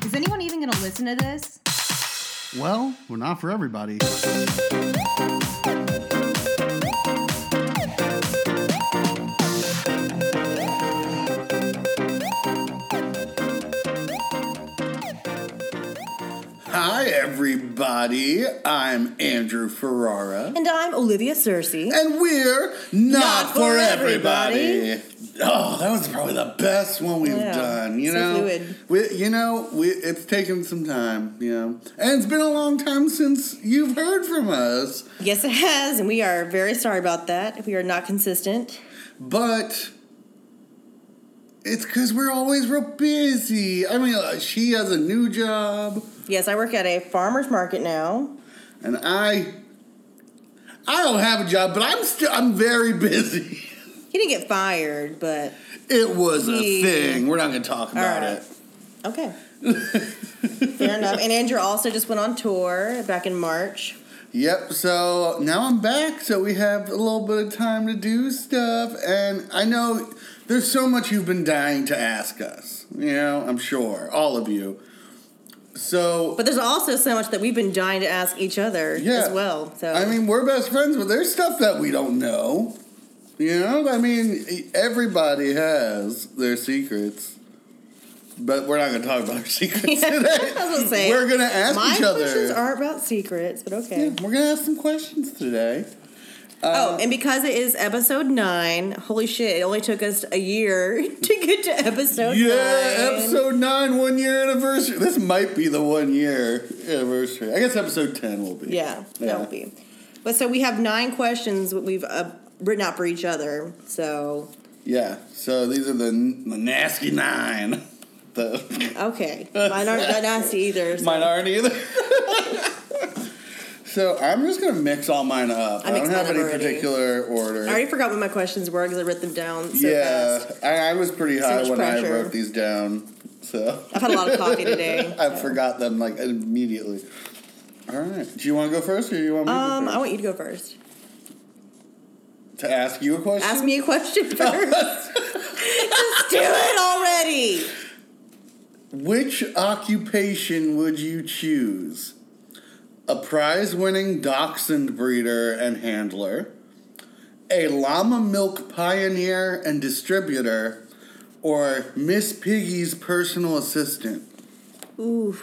going to listen to this? Well, we're not for everybody. Hi, everybody. I'm Andrew Ferrara. And I'm Olivia Cersei. And we're not, Not for everybody. Oh, that was probably the best one we've Yeah, done. You so know, fluid. We, you know, we, it's taken some time. You know, and it's been a long time since you've heard from us. Yes, it has, and we are very sorry about that. We are not consistent. But it's because we're always real busy. I mean, uh, she has a new job, Yes, I work at a farmer's market now. and I, I don't have a job, but I'm still, I'm very busy. He didn't get fired, but It was a Yeah. thing. We're not going to talk about right. it. okay. Fair enough. And Andrew also just went on tour back in March. Yep, so now I'm back, so we have a little bit of time to do stuff, and I know there's so much you've been dying to ask us, you know, I'm sure, all of you. So, But there's also so much that we've been dying to ask each other Yeah. as well. So I mean, we're best friends, but there's stuff that we don't know, you know? I mean, e- everybody has their secrets, but we're not gonna talk about our secrets Yeah, today. I was gonna say, we're gonna ask my each other. questions aren't about secrets, but okay. Yeah, we're gonna ask some questions today. Um, oh, and because it is episode nine, holy shit! It only took us a year to get to episode Yeah, nine. episode nine, one year anniversary. This might be the one year anniversary. I guess episode ten will be. Yeah, Yeah. that would be. But so we have nine questions that we've uh, written out for each other. So Yeah. So these are the, the nasty nine. The okay, mine aren't that nasty either. So mine aren't either. so I'm just gonna mix all mine up. I I, don't mixed have mine any up already. particular order. I already forgot what my questions were because I wrote them down so yeah, fast. I, I was pretty So high much when I pressure. wrote these down. So I've had a lot of coffee today. I forgot them like immediately. All right. Do you want to go first, or do you want me Um, to, I go want you to go first. first? to ask you a question? Ask me a question first. Just do it already. Which occupation would you choose? A prize winning dachshund breeder and handler, a llama milk pioneer and distributor, or Miss Piggy's personal assistant? Ooh,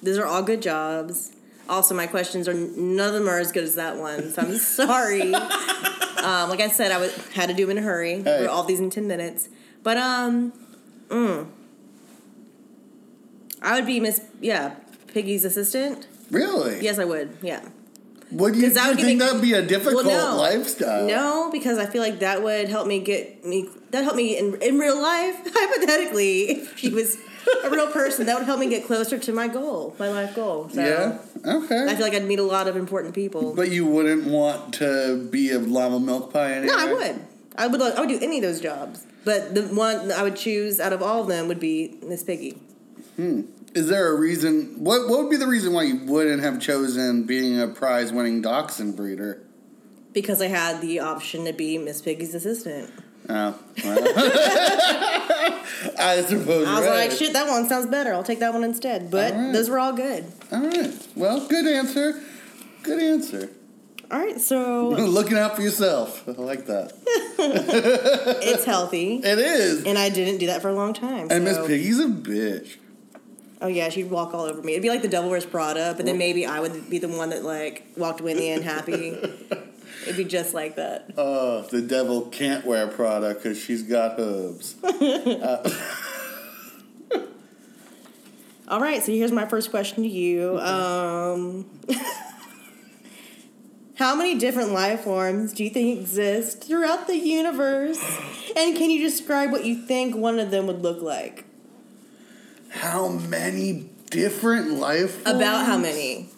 these are all good jobs. Also, my questions are none of them are as good as that one, so I'm sorry. um, like I said, I was, had to do them in a hurry. Hey. Wrote all these in ten minutes, but um, mm. I would be Miss yeah Piggy's assistant. Really? Yes, I would. Yeah. Would you, 'Cause that you would think give me- that would be a difficult Well, no. lifestyle? No, because I feel like that would help me get me. That helped me in in real life, hypothetically. If she was a real person, that would help me get closer to my goal, my life goal. So Yeah. I Okay. feel like I'd meet a lot of important people. But you wouldn't want to be a llama milk pioneer? no, I would. I would. Love, I would do any of those jobs. But the one I would choose out of all of them would be Miss Piggy. Is there a reason? What What would be the reason why you wouldn't have chosen being a prize winning dachshund breeder? Because I had the option to be Miss Piggy's assistant. Oh, well. I suppose. I was you're like, right. shit, that one sounds better. I'll take that one instead. But All right. those were all good. All right. Well, good answer. Good answer. All right, so Looking out for yourself. I like that. it's healthy. It is. And I didn't do that for a long time. And Miss so- Piggy's a bitch. Oh yeah, she'd walk all over me. It'd be like the Devil Wears Prada, but then maybe I would be the one that like walked away in the end happy. It'd be just like that. Oh, the devil can't wear Prada because she's got hooves. All right, so here's my first question to you. Um, how many different life forms do you think exist throughout the universe? And can you describe what you think one of them would look like? How many different life forms? Hmm. About how many?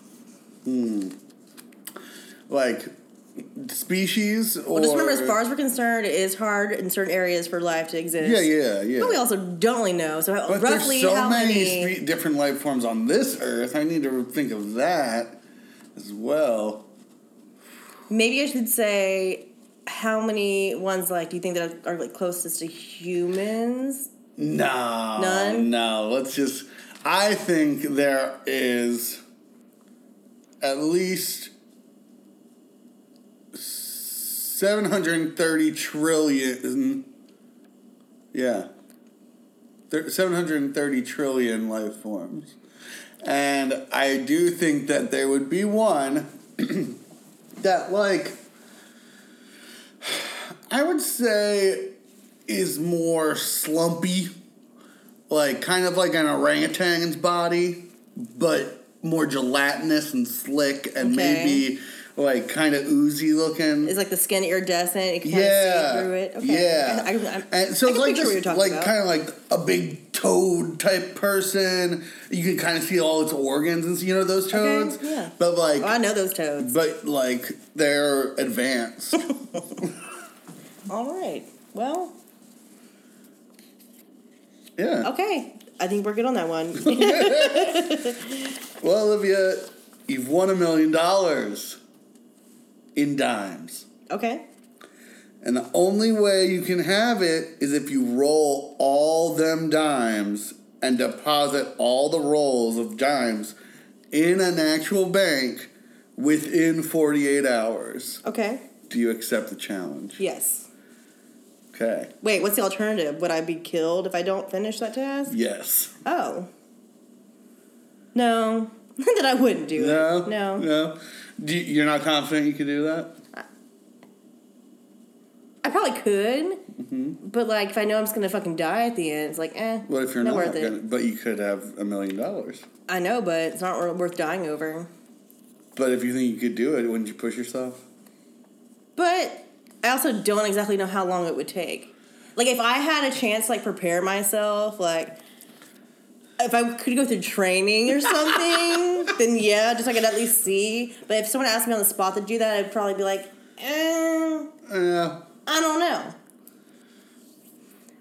Like species or Well, just remember, as far as we're concerned, it is hard in certain areas for life to exist. yeah, yeah, yeah. But we also don't really know. So how- But roughly there's so how many, many? spe- different life forms on this earth. I need to think of that as well. Maybe I should say how many ones like do you think that are, are like closest to humans? No, None? No, let's just. I think there is at least 730 trillion. Yeah. Thir- 730 trillion life forms. And I do think that there would be one that, like, I would say is more slumpy, like kind of like an orangutan's body, but more gelatinous and slick and Okay. maybe like kind of oozy looking. It's like the skin iridescent. It can kind of see yeah, through it. Okay. yeah. I, I, I, and so I it's can like picture this, what you're talking like about. kind of like a big toad type person. You can kind of see all its organs and see- you know those toads, yeah. but like, oh, I know those toads. but like they're advanced. All right. Well, yeah. okay. I think we're good on that one. Well, Olivia, you've won a million dollars in dimes. okay. And the only way you can have it is if you roll all them dimes and deposit all the rolls of dimes in an actual bank within 48 hours. Okay. Do you accept the challenge? Yes. Okay. Wait, what's the alternative? Would I be killed if I don't finish that task? Yes. Oh. No. then I wouldn't do No? it. No. No. Do you, you're not confident you can do that? I probably could. But like if I know I'm just gonna fucking die at the end, it's like eh. Mm-hmm. What if you're not not? worth gonna- it? But you could have a million dollars. I know, but it's not wor- worth dying over. But if you think you could do it, wouldn't you push yourself? But I also don't exactly know how long it would take. Like if I had a chance, to, like prepare myself, like if I could go through training or something, then yeah, just so I could at least see. But if someone asked me on the spot to do that, I'd probably be like, eh, Yeah. I don't know,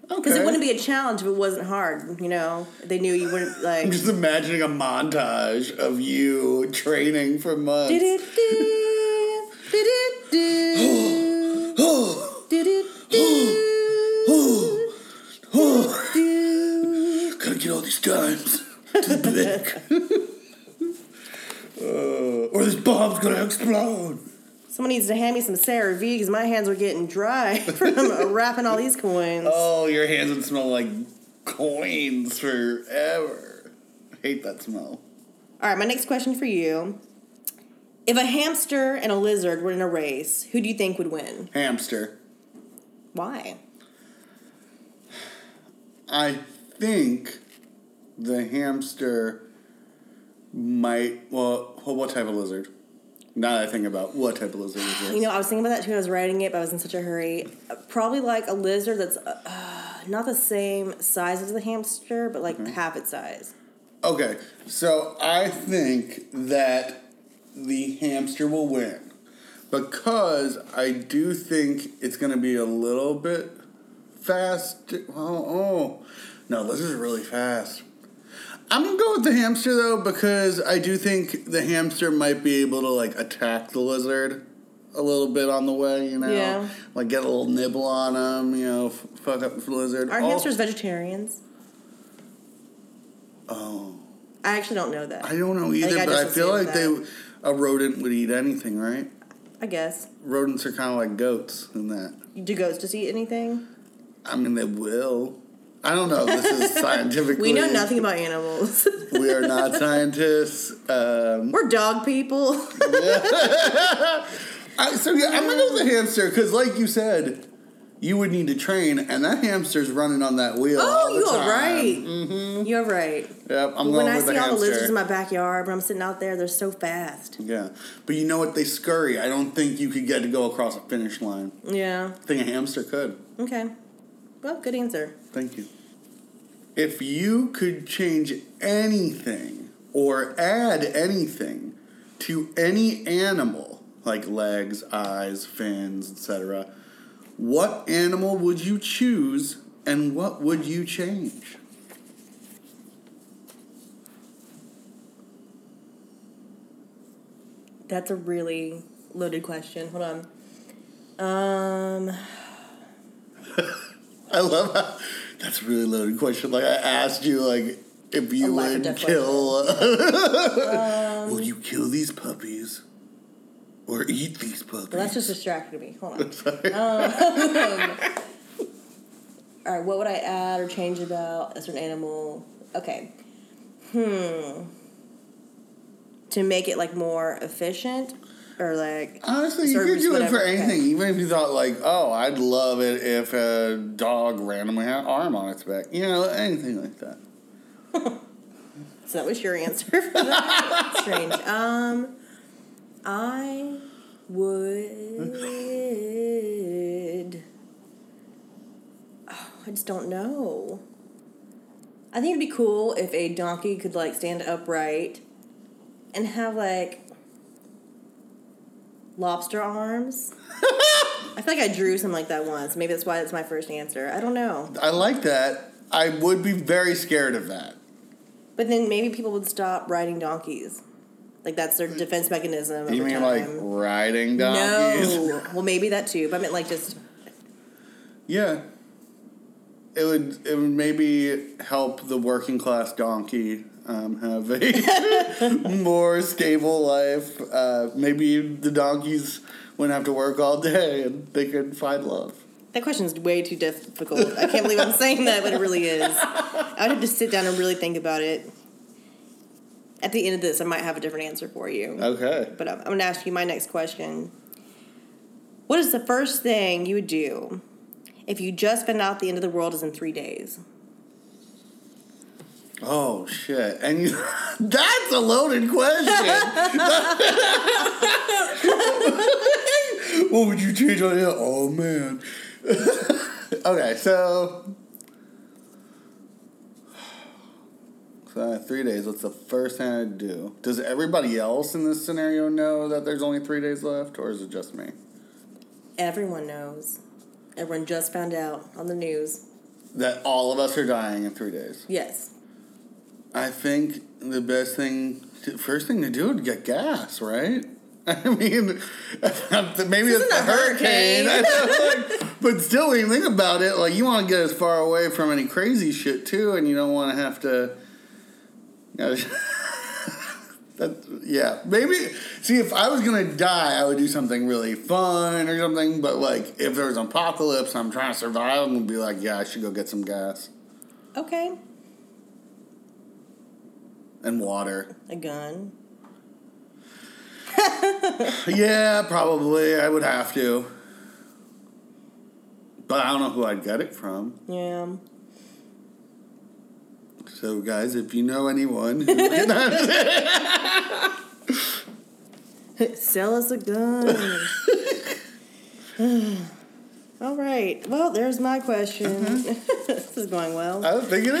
Okay. because it wouldn't be a challenge if it wasn't hard. You know, they knew you wouldn't I'm like. just imagining a montage of you training for months. Do-do-do, do-do-do, do-do-do, do. Gotta get all these dimes to the bank. Uh, or this bomb's gonna explode. Someone needs to hand me some Sarah V because my hands are getting dry from wrapping all these coins. Oh, your hands would smell like coins forever. I hate that smell. All right, my next question for you. If a hamster and a lizard were in a race, who do you think would win? Hamster. Why? I think the hamster might. Well, well, what type of lizard? Now that I think about what type of lizard is You this. know, I was thinking about that too when I was writing it, but I was in such a hurry. Probably like a lizard that's uh, uh, not the same size as the hamster, but like Mm-hmm. half its size. Okay, so I think that the hamster will win because I do think it's going to be a little bit fast. Oh, oh, no, lizards are really fast. I'm gonna go with the hamster though because I do think the hamster might be able to like attack the lizard a little bit on the way, you know, Yeah. like get a little nibble on him, you know, f- fuck up the lizard. Oh, Are Al- hamsters vegetarians? Oh, I actually don't know that. I I, don't know either, I but I just feel assumed like they a rodent would eat anything, right? guess. Rodents are kind of like goats in that. Do goats just eat anything? I mean, they will. I don't know. if This is scientifically. We know nothing about animals. We are not scientists. Um, We're dog people. I, so yeah, I'm gonna go with the hamster because, like you said, you would need to train, and that hamster's running on that wheel. Oh, all the you are time. right. You're right. Yep, I'm when going I with see the all hamster. the lizards in my backyard, when I'm sitting out there, they're so fast. yeah, but you know what? They scurry. I don't think you could get to go across a finish line. Yeah. I think a hamster could. Okay. Well, good answer. Thank you. If you could change anything or add anything to any animal, like legs, eyes, fins, etc., what animal would you choose and what would you change? That's a really loaded question. Hold on. Um, I love how that's a really loaded question. Like I asked you like if you life or would death kill. would you kill these puppies or eat these puppies? Well, that's just distracting me. Hold on. Um, all right, what would I add or change about a certain animal? Okay. Hmm. To make it like more efficient, or like Honestly, you could service, do it for whatever. Okay. anything. Even if you thought like, "Oh, I'd love it if a dog randomly had an arm on its back," you know, anything like that. So that was your answer for that. Strange. Um, I would. Oh, I just don't know. I think it'd be cool if a donkey could like stand upright and have like lobster arms. I feel like I drew something like that once. Maybe that's why that's my first answer. I don't know. I like that. I would be very scared of that. But then maybe people would stop riding donkees. Like that's their defense mechanism. You over mean time. like riding donkeys? no? well, maybe that too. But I meant like just Yeah. It would it would maybe help the working class donkey um, have a more stable life. Uh, maybe the donkeys wouldn't have to work all day and they could find love. that question is way too difficult. I can't believe I'm saying that, but it really is. I would have to sit down and really think about it. At the end of this, I might have a different answer for you. Okay. But I'm, I'm going to ask you my next question. What is the first thing you would do if you just found out the end of the world is in three days? Oh shit! And you, that's a loaded question. what would you change on it? Oh man. okay, so. So, uh, three days. What's the first thing I'd do? Does everybody else in this scenario know that there's only three days left, or is it just me? Everyone knows. Everyone just found out on the news. That all of us are dying in three days. Yes. I think the best thing, to, first thing to do would get gas, right? I mean, maybe it's isn't a a hurricane, hurricane. I know, like, but still, when you think about it, like you want to get as far away from any crazy shit too, and you don't want to have to. You know, that, yeah, maybe. See, if I was gonna die, I would do something really fun or something. But like, if there was an apocalypse, I'm trying to survive, I'm gonna be like, yeah, I should go get some gas Okay. and water. A gun. Yeah, probably. I would have to. But I don't know who I'd get it from. Yeah. So, guys, if you know anyone, who- Sell us a gun. All right. Well, there's my question. this is going well. I don't think it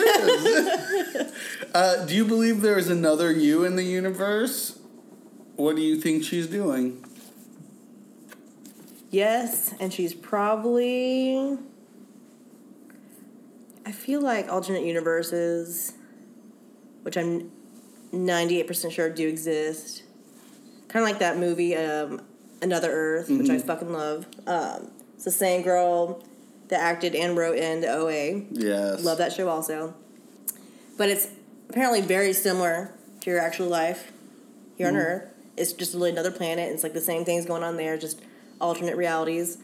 is. uh, do you believe there is another you in the universe? What do you think she's doing? yes, and she's probably. I feel like alternate universes, which I'm 98% sure do exist, kind of like that movie, um, Another Earth, which I fucking love. Um, it's the same girl that acted and wrote in the OA. Yes. Love that show also. But it's apparently very similar to your actual life here on Earth. It's just really another planet. and It's like the same things going on there, just alternate realities.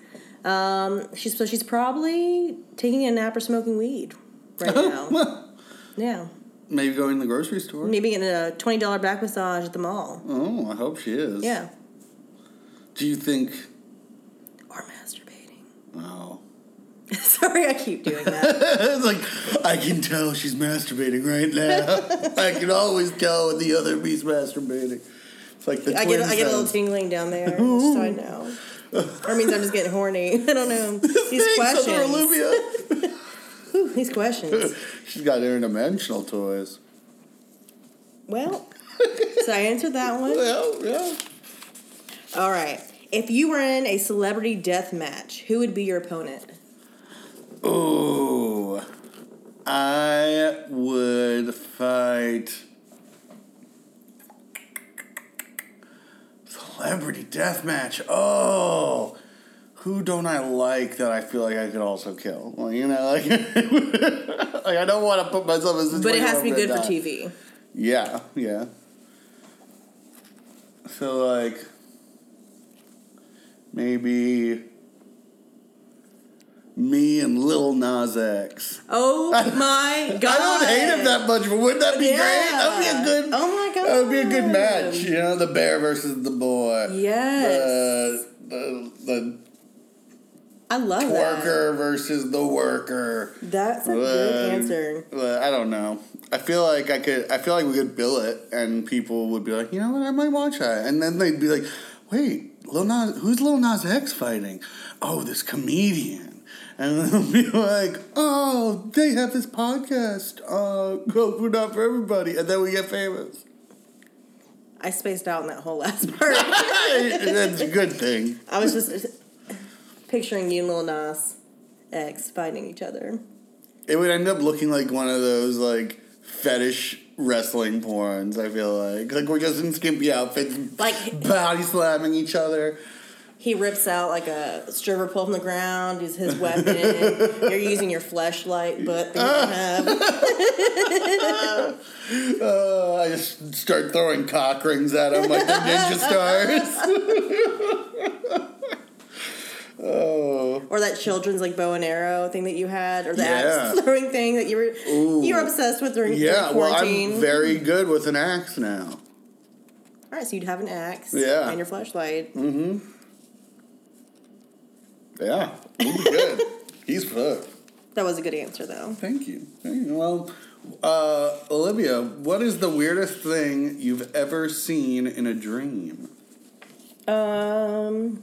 Um, she's so she's probably taking a nap or smoking weed right now. Well, yeah, maybe going to the grocery store. maybe getting a twenty dollar back massage at the mall. Oh, I hope she is. Yeah, Do you think. or masturbating. Oh. Sorry, I keep doing that. it's like, I can tell she's masturbating right now. I can always tell when the other bee's masturbating. It's like the I get twin I get a little sounds. tingling down there. so I know. Or it means I'm just getting horny. I don't know. These Thanks, questions. Other Olivia. Whew, these questions. She's got interdimensional toys. Well, so I answered that one. Well, yeah. All right. If you were in a celebrity death match, who would be your opponent? Ooh. I would fight. Celebrity deathmatch. Oh. who don't I like that I feel like I could also kill? Well, you know, like, like I don't want to put myself in a situation. But it has to be where I'm good for gonna die. TV. Yeah, yeah. So like maybe me and Lil Nas X. Oh my god! I don't hate him that much, but wouldn't that be great? That would be a good. Oh my god! That would be a good match. You know, the bear versus the boy. Yes. The the, the I love twerker versus the worker. that. That's a good Uh, answer. uh, I don't know. I feel like I could. I feel like we could bill it, and people would be like, you know what, I might watch that, and then they'd be like, wait, Lil Nas, who's Lil Nas X fighting? Oh, this comedian, and then they'll be like, oh, they have this podcast. Uh, go for not for everybody, and then we get famous. I spaced out on that whole last part. That's a good thing. I was just picturing you and Lil Nas X fighting each other. It would end up looking like one of those like fetish wrestling porns. I feel like like we're just in skimpy outfits, Like- body slamming each other. He rips out like a stripper pole from the ground. Is his weapon. You're using your flashlight, but you don't have. Uh, I just start throwing cock rings at him like the ninja stars. oh, or that children's like bow and arrow thing that you had, or the Yeah. axe throwing thing that you were you were obsessed with during, during yeah. Well, quarantine. I'm very good with an axe now. All right, so you'd have an axe, Yeah. Mm-hmm. and your flashlight. Yeah, he's good. he's fucked. That was a good answer, though. Thank you. Thank you. Well, uh, Olivia, what is the weirdest thing you've ever seen in a dream? Um,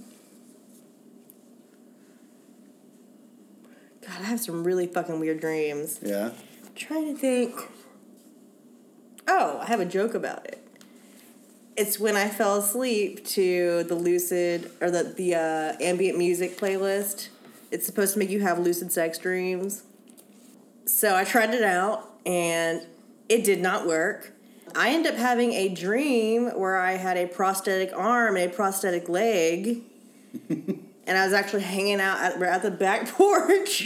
God, I have some really fucking weird dreams. Yeah. trying to think. Oh, I have a joke about it. It's when I fell asleep to the lucid or the the uh, ambient music playlist. It's supposed to make you have lucid sex dreams. So I tried it out and it did not work. I ended up having a dream where I had a prosthetic arm and a prosthetic leg. and I was actually hanging out at, we're at the back porch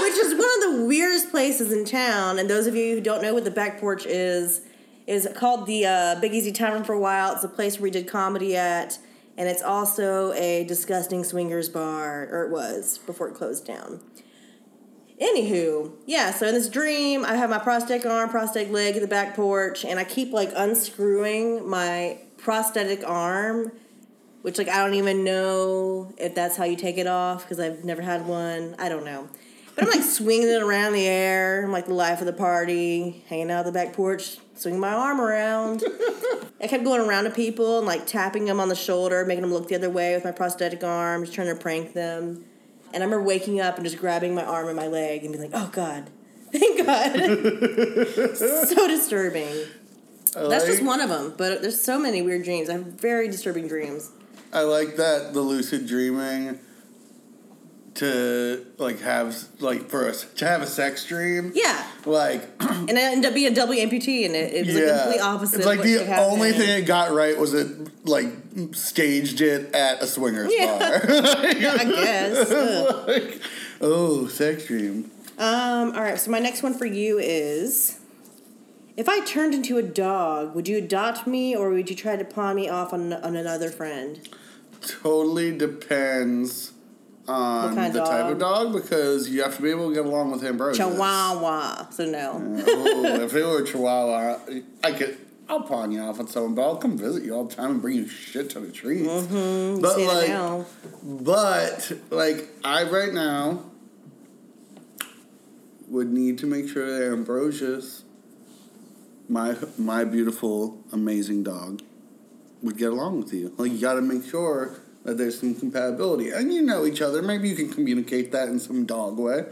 which is one of the weirdest places in town. And those of you who don't know what the back porch is, is called the uh, Big Easy Tavern for a while. It's a place where we did comedy at, and it's also a disgusting swingers bar, or it was before it closed down. Anywho, yeah, so in this dream, I have my prosthetic arm, prosthetic leg at the back porch, and I keep like unscrewing my prosthetic arm, which like I don't even know if that's how you take it off because I've never had one. I don't know. But I'm like swinging it around the air. I'm like the life of the party, hanging out at the back porch, swinging my arm around. I kept going around to people and like tapping them on the shoulder, making them look the other way with my prosthetic arm, just trying to prank them. And I remember waking up and just grabbing my arm and my leg and being like, oh God, thank God. so disturbing. I That's just like- one of them, but there's so many weird dreams. I have very disturbing dreams. I like that the lucid dreaming to like have like for us to have a sex dream. Yeah. Like And I ended up being a double amputee, and it, it was the yeah, complete opposite. It's of like what should the happen. only thing it got right was it like staged it at a swingers Yeah. I guess. Ugh. bar. like, oh, sex dream. Um, all right, so my next one for you is if I turned into a dog, would you adopt me or would you try to pawn me off on, on another friend? Totally depends on What kind the of type of dog because you have to be able to get along with ambrosia. Chihuahua. So no. oh, if it were a chihuahua, I could. I'll pawn you off on someone, but I'll come visit you all the time and bring you shit ton of treats. Mm-hmm. But See it like, now. but like, I right now would need to make sure that Ambrosius, my my beautiful, amazing dog, would get along with you. Like, you got to make sure that there's some compatibility, and you know each other. Maybe you can communicate that in some dog way.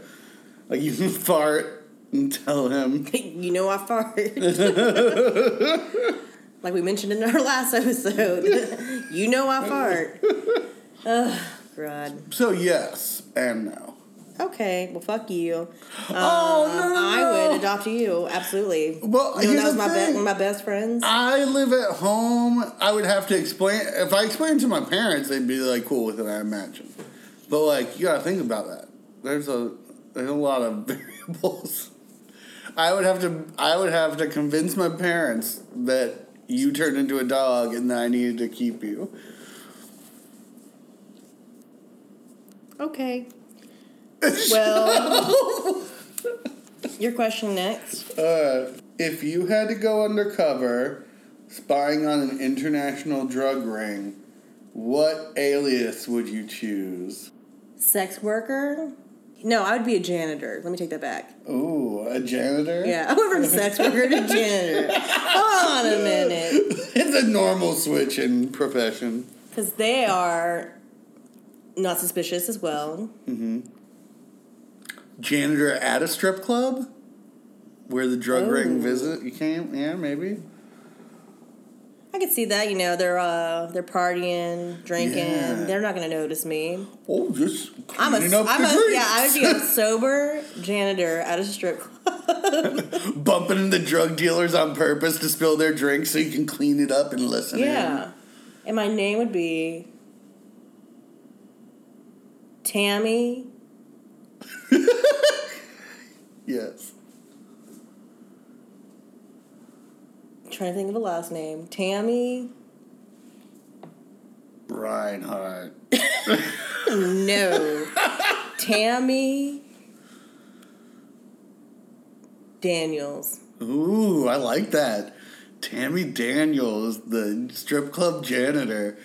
Like, you can fart and tell him. you know I fart. like we mentioned in our last episode. you know I fart. Ugh, God. So yes and no. Okay, well fuck you. oh no, no, Um, I no. would adopt you, absolutely. Well, you know, here's that was the my be- thing. one of my best friends. I live at home. I would have to explain. If I explained to my parents, they'd be like cool with it. I imagine. But like you gotta think about that. There's a there's a lot of variables. I would have to I would have to convince my parents that you turned into a dog and that I needed to keep you. Okay. Well, your question next. Uh, if you had to go undercover spying on an international drug ring, what alias would you choose? Sex worker? No, I would be a janitor. Let me take that back. Ooh, a janitor? Yeah, I went from sex worker to janitor. Hold on a minute. it's a normal switch in profession. Because they are not suspicious as well. Janitor at a strip club? Where the drug Ooh. ring visit you came? Yeah, maybe. I could see that, you know, they're uh they're partying, drinking. Yeah. They're not gonna notice me. Oh, just I'm a, cleaning up I'm the a yeah, I would be a drinks. sober janitor at a strip club. bumping the drug dealers on purpose to spill their drinks so you can clean it up and listen. in. yeah. And my name would be Tammy Yes. trying to think of the last name. Tammy. Reinhardt. No. Tammy Daniels. Ooh, I like that. Tammy Daniels, the strip club janitor.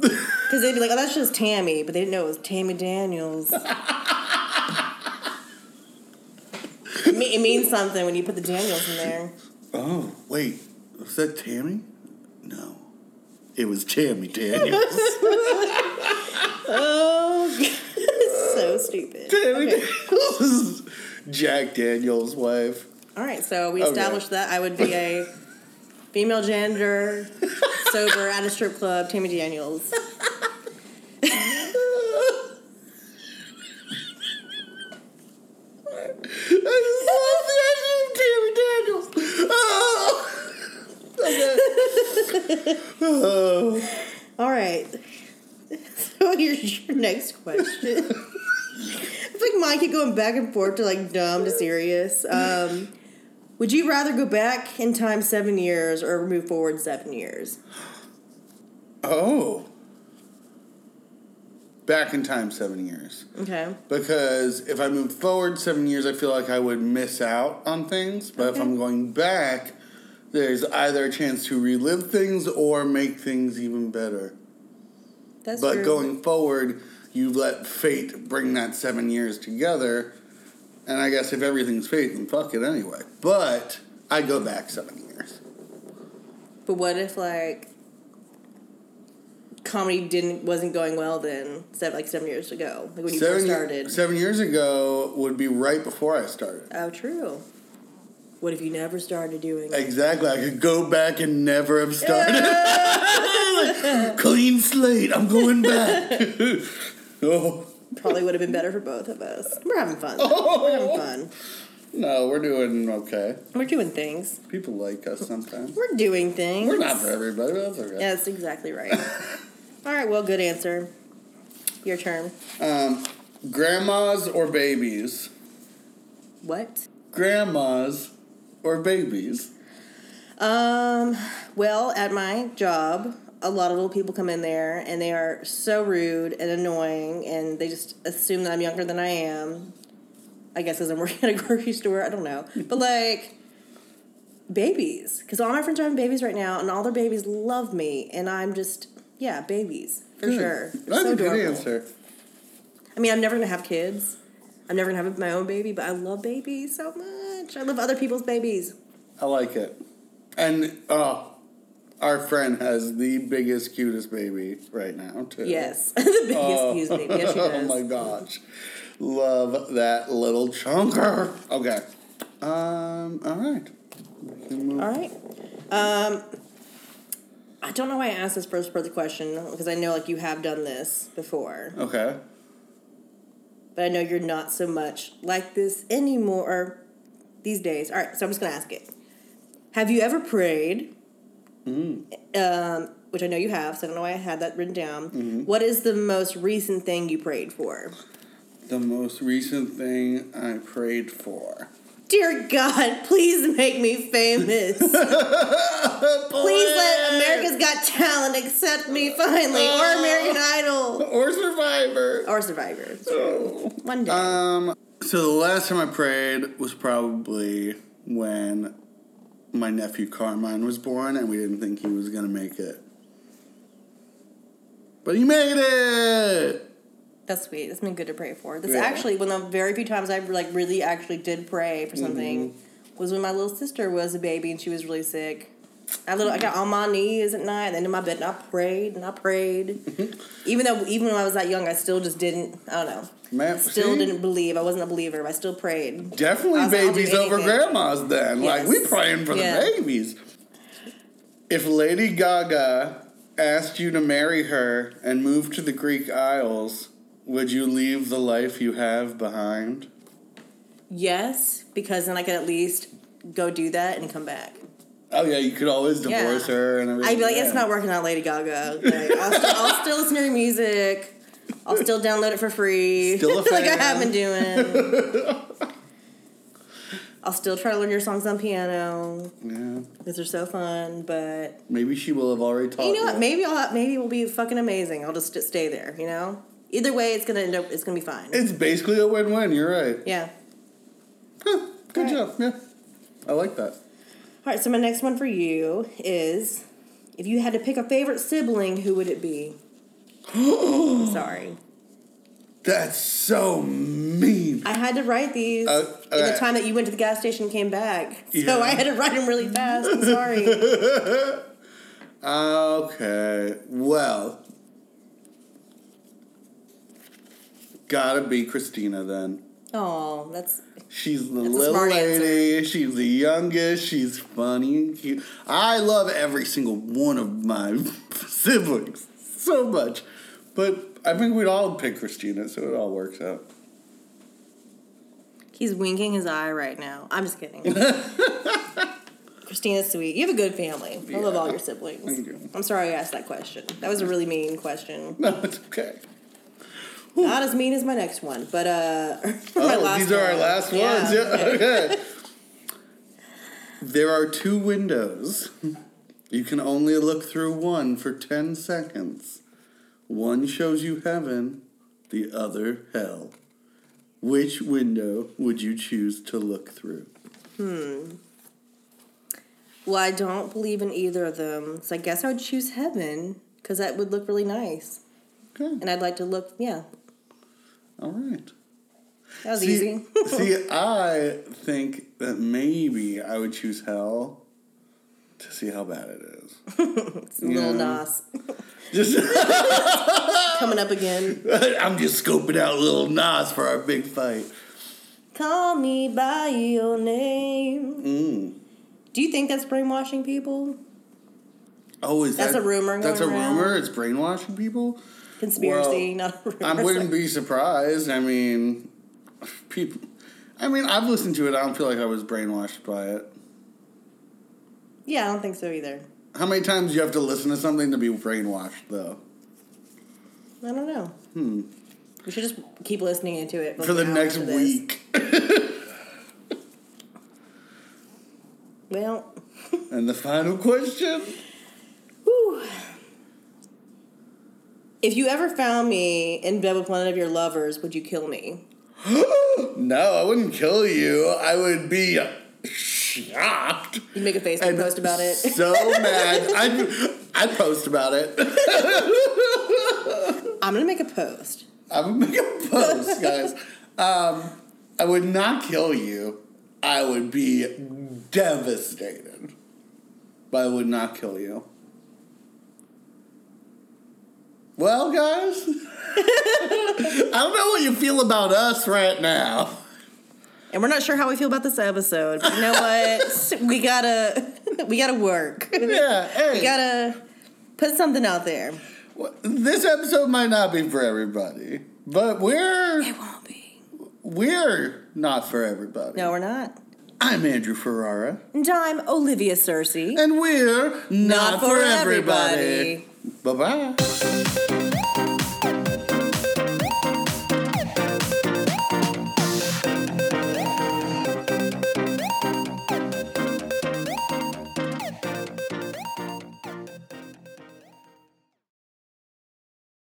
Because they'd be like, oh, that's just Tammy, but they didn't know it was Tammy Daniels. it me- it means something when you put the Daniels in there. Oh, wait. Was that Tammy? No. It was Tammy Daniels. Oh, it's so stupid. Tammy Daniels is Jack Daniels' wife. All right, so we Okay. established that I would be a female gender, sober at a strip club, Tammy Daniels. I just love the idea of Tammy Daniels. Oh. Okay. Oh. All right. So here's your next question. it's like mine keep going back and forth to like dumb to serious. Um, would you rather go back in time seven years or move forward seven years? Oh. Back in time seven years. Okay. Because if I move forward seven years, I feel like I would miss out on things. But if I'm going back, there's either a chance to relive things or make things even better. That's but true. going forward, you let fate bring that seven years together. And I guess if everything's fate, then fuck it anyway. But I go back seven years. But what if like comedy didn't wasn't going well then seven, like seven years ago? Like when you seven, first started. seven years ago would be right before I started. oh true. What if you never started doing it? Exactly. I could go back and never have started. Clean slate. I'm going back. oh. Probably would have been better for both of us. We're having fun. though. We're having fun. No, we're doing okay. We're doing things. People like us sometimes. We're doing things. We're not for everybody. but That's okay. Yeah, that's exactly right. All right, well, good answer. Your turn. Um, grandmas or babies? What? Grandmas or babies? Um, well, at my job, a lot of little people come in there and they are so rude and annoying and they just assume that I'm younger than I am. I guess because I'm working at a grocery store, I don't know. But like, babies. Because all my friends are having babies right now and all their babies love me and I'm just, yeah, babies. For Good. sure. They're That's so a good adorable. answer. I mean, I'm never gonna have kids. I'm never gonna have my own baby, but I love babies so much. I love other people's babies. I like it. And oh, our friend has the biggest, cutest baby right now too. Yes, the biggest oh. baby. Yes, she oh does. my gosh. Love that little chunker. Okay. Um, all right. We can move- All right. Um, I don't know why I asked this first part of the question because I know like you have done this before, Okay. but I know you're not so much like this anymore these days. All right, so I'm just gonna ask it. Have you ever prayed, Mm. um, which I know you have, so I don't know why I had that written down. Mm-hmm. What is the most recent thing you prayed for? The most recent thing I prayed for. Dear God, please make me famous. Oh, please let America's Got Talent accept me finally, Oh. or American Idol, or Survivor. or Survivor. Oh. One day. Um. So the last time I prayed was probably when my nephew Carmine was born, and we didn't think he was gonna make it, but he made it. That's sweet. That's been good to pray for. That's Yeah. actually one of the very few times I like really actually did pray Mm-hmm. for something was when my little sister was a baby and she was really sick. I little I got on my knees at night and in my bed and I prayed and I prayed. Mm-hmm. even though even when I was that young, I still just didn't. I don't know. Man, Still see? didn't believe. I wasn't a believer. But I still prayed. I Definitely was like, I'll do babies over anything. grandmas then. Like we Yes. praying for Yeah. the babies. If Lady Gaga asked you to marry her and move to the Greek Isles, would you leave the life you have behind? Yes, because then I could at least go do that and come back. Oh yeah, you could always divorce Yeah. her and everything. I'd be like, yeah. it's not working out, Lady Gaga. Like, I'll, st- I'll still listen to her music. I'll still download it for free. Still a like I fan. have been doing. I'll still try to learn your songs on piano Yeah. because they're so fun. But Maybe she will have already taught you know what? Maybe I'll have, maybe we'll be fucking amazing. I'll just st- stay there. You know. Either way, it's gonna end up. It's gonna be fine. It's basically a win-win. You're right. yeah. Huh, good Right. job. Yeah, I like that. All right. So my next one for you is, if you had to pick a favorite sibling, who would it be? Sorry. That's so mean. I had to write these Uh, in the alright. time that you went to the gas station and came back. So Yeah. I had to write them really fast. I'm sorry. Okay. Well, gotta be Christina then. oh, that's She's the a little smart lady. She's the youngest. She's funny and cute. I love every single one of my siblings so much, but I think we'd all pick Christina, so it all works out. he's winking his eye right now. I'm just kidding. Christina's sweet. You have a good family. I love all Yeah. your siblings. Thank you. I'm sorry I asked that question. That was a really mean question. No, it's okay. Not as mean as my next one, but uh, my Oh, last these are our one. last Yeah. ones. Yeah. Okay. there are two windows. You can only look through one for 10 seconds. One shows you heaven, the other hell. Which window would you choose to look through? Well, I don't believe in either of them, so I guess I would choose heaven because that would look really nice, Okay. and I'd like to look. Yeah, All right. that was See, easy. see, I think that maybe I would choose hell to see how bad it is. Yeah. Little Nas Just. coming up again. I'm just scoping out little Nas for our big fight. Call me by your name. Mm. Do you think that's brainwashing people? Oh, is That's that a rumor That's going a around. rumor. It's brainwashing people. Conspiracy, Well, not a rumor. I wouldn't be surprised. I mean, people. I mean, I've listened to it. I don't feel like I was brainwashed by it. Yeah, I don't think so either. How many times do you have to listen to something to be brainwashed, though? I don't know. Hmm. We should just keep listening into it For the looking out next for this. week, Well, and the final question. whew. if you ever found me in bed with one of your lovers, would you kill me? no, I wouldn't kill you. I would be shocked. You'd make a Facebook and post about it. So mad. I'd, I'd post about it. I'm gonna make a post. I would make a post, guys. Um, I would not kill you. I would be devastated. But I would not kill you. Well, guys, I don't know what you feel about us right now. And we're not sure how we feel about this episode, but you know what? we gotta we gotta work. Yeah, hey. We gotta put something out there. This episode might not be for everybody, but we're won't be. we're not for everybody. No, we're not. I'm Andrew Ferrara, And I'm Olivia Cersei. and we're not, Not for for everybody. Bye bye. everybody.